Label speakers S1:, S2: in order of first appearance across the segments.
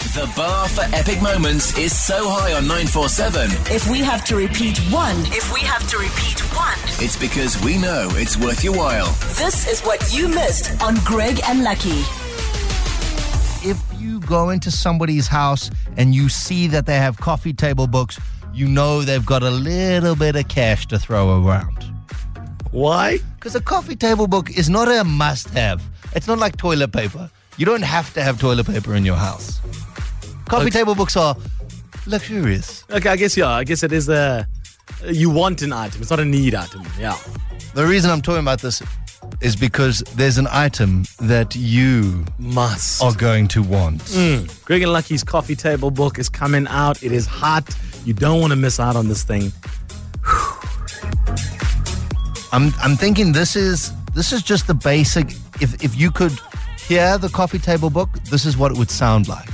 S1: The bar for epic moments is so high on 947,
S2: If we have to repeat one,
S3: If we have to repeat one,
S1: it's because we know it's worth your while.
S2: this is what you missed on Greg and Lucky.
S4: if you go into somebody's house and you see that they have coffee table books, you know they've got a little bit of cash to throw around.
S5: Why?
S4: Because a coffee table book is not a must have. It's not like toilet paper. You don't have to have toilet paper in your house. Coffee table books are luxurious.
S5: Okay, I guess yeah. I guess it is the you want an item. It's not a need item. Yeah.
S4: The reason I'm talking about this is because there's an item that you
S5: Must.
S4: are going to want.
S5: Greg and Lucky's coffee table book is coming out. It is hot. You don't want to miss out on this thing.
S4: I'm I'm thinking this is this is just the basic. If if you could hear the coffee table book, this is what it would sound like.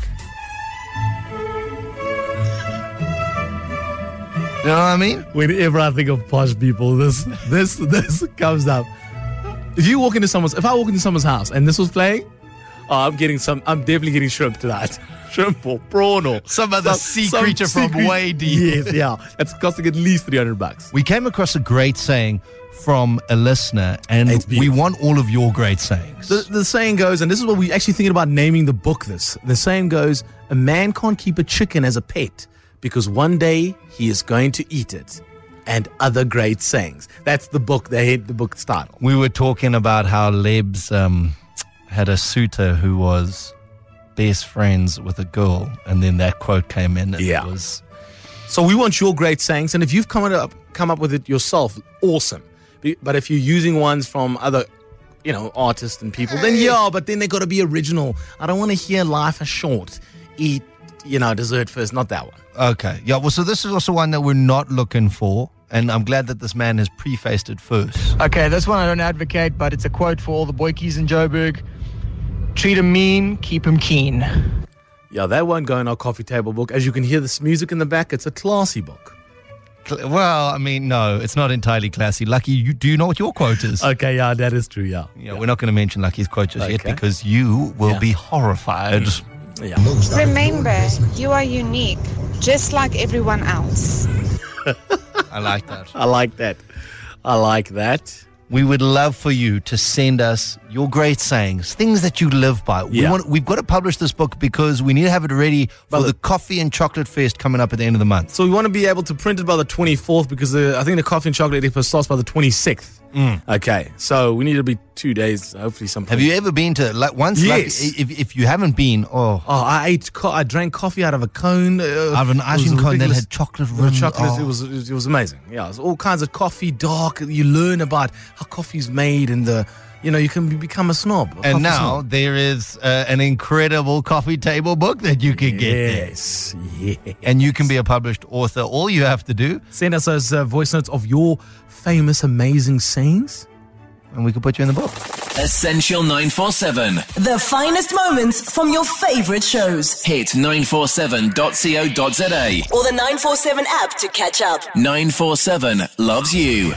S4: You know what I mean?
S5: Whenever I think of posh people, this this this comes up. If you walk into someone's, if I walk into someone's house and this was playing, oh, I'm getting some. I'm definitely getting shrimp tonight. Shrimp or prawn or
S4: Some other sea creature
S5: sea
S4: from way deep.
S5: Yes, yeah. That's costing at least three hundred bucks.
S4: We came across a great saying from a listener, and
S5: It's
S4: we
S5: beautiful.
S4: want all of your great sayings.
S5: The, the saying goes, and this is what we actually thinking about naming the book. This the saying goes: a man can't keep a chicken as a pet because one day he is going to eat it, and other great sayings. That's the book. They hate the book title.
S4: we were talking about how Lebs um, had a suitor who was best friends with a girl, and then that quote came in. And
S5: Yeah.
S4: It was
S5: So we want your great sayings, and if you've come up come up with it yourself, awesome. Be- But if you're using ones from other, you know, artists and people, then yeah. But then they got to be original. I don't want to hear life is short. Eat, you know, dessert first. Not that one.
S4: Okay. Yeah. Well, so this is also one that we're not looking for. And I'm glad that this man has prefaced it first.
S6: Okay, this one I don't advocate, but it's a quote for all the boykies in Joburg. Treat 'em mean, keep 'em keen.
S5: Yeah, that won't go in our coffee table book. As you can hear this music in the back, it's a classy book.
S4: Cl- Well, I mean, no, it's not entirely classy. Lucky, you do you know what your quote is?
S5: Okay, yeah, that is true. Yeah.
S4: yeah, we're not going to mention Lucky's quote just yet
S5: Okay.
S4: because you will
S5: Yeah.
S4: be horrified.
S5: Yeah.
S7: Remember, you are unique, just like everyone else.
S4: I like that.
S5: I like that. I like that.
S4: We would love for you to send us your great sayings, things that you live by. We
S5: Yeah.
S4: want, we've got to publish this book because we need to have it ready for
S5: Well,
S4: the coffee and chocolate fest coming up at the end of the month.
S5: So we want to be able to print it by the 24th because the, I think the coffee and chocolate dip starts by the 26th.
S4: Mm.
S5: Okay, so we need to be two days, hopefully sometime.
S4: Have you ever been to like once? Lucky-
S5: Yes.
S4: if, if you haven't been, oh,
S5: Oh, I ate. Co- I drank coffee out of a cone. Uh,
S4: Out of an
S5: it
S4: ice
S5: was
S4: cream cone that
S5: ridiculous-
S4: had chocolate
S5: With the
S4: rims.
S5: Chocolate.
S4: Oh.
S5: It was. It was amazing. Yeah, it was all kinds of coffee. Dark. You learn about how coffee's made and the. You know, you can be- become a snob. a coffee
S4: And now
S5: snob.
S4: there is uh, an incredible coffee table book that you can get there.
S5: Yes. Yeah.
S4: And you can be a published author. All you have to do,
S5: Send us those uh, voice notes of your famous, amazing sayings.
S4: and we can put you in the book.
S1: Essential 947.
S2: The finest moments from your favorite shows
S1: Hit 947.co.za.
S2: or the 947 app to catch up.
S1: 947 loves you.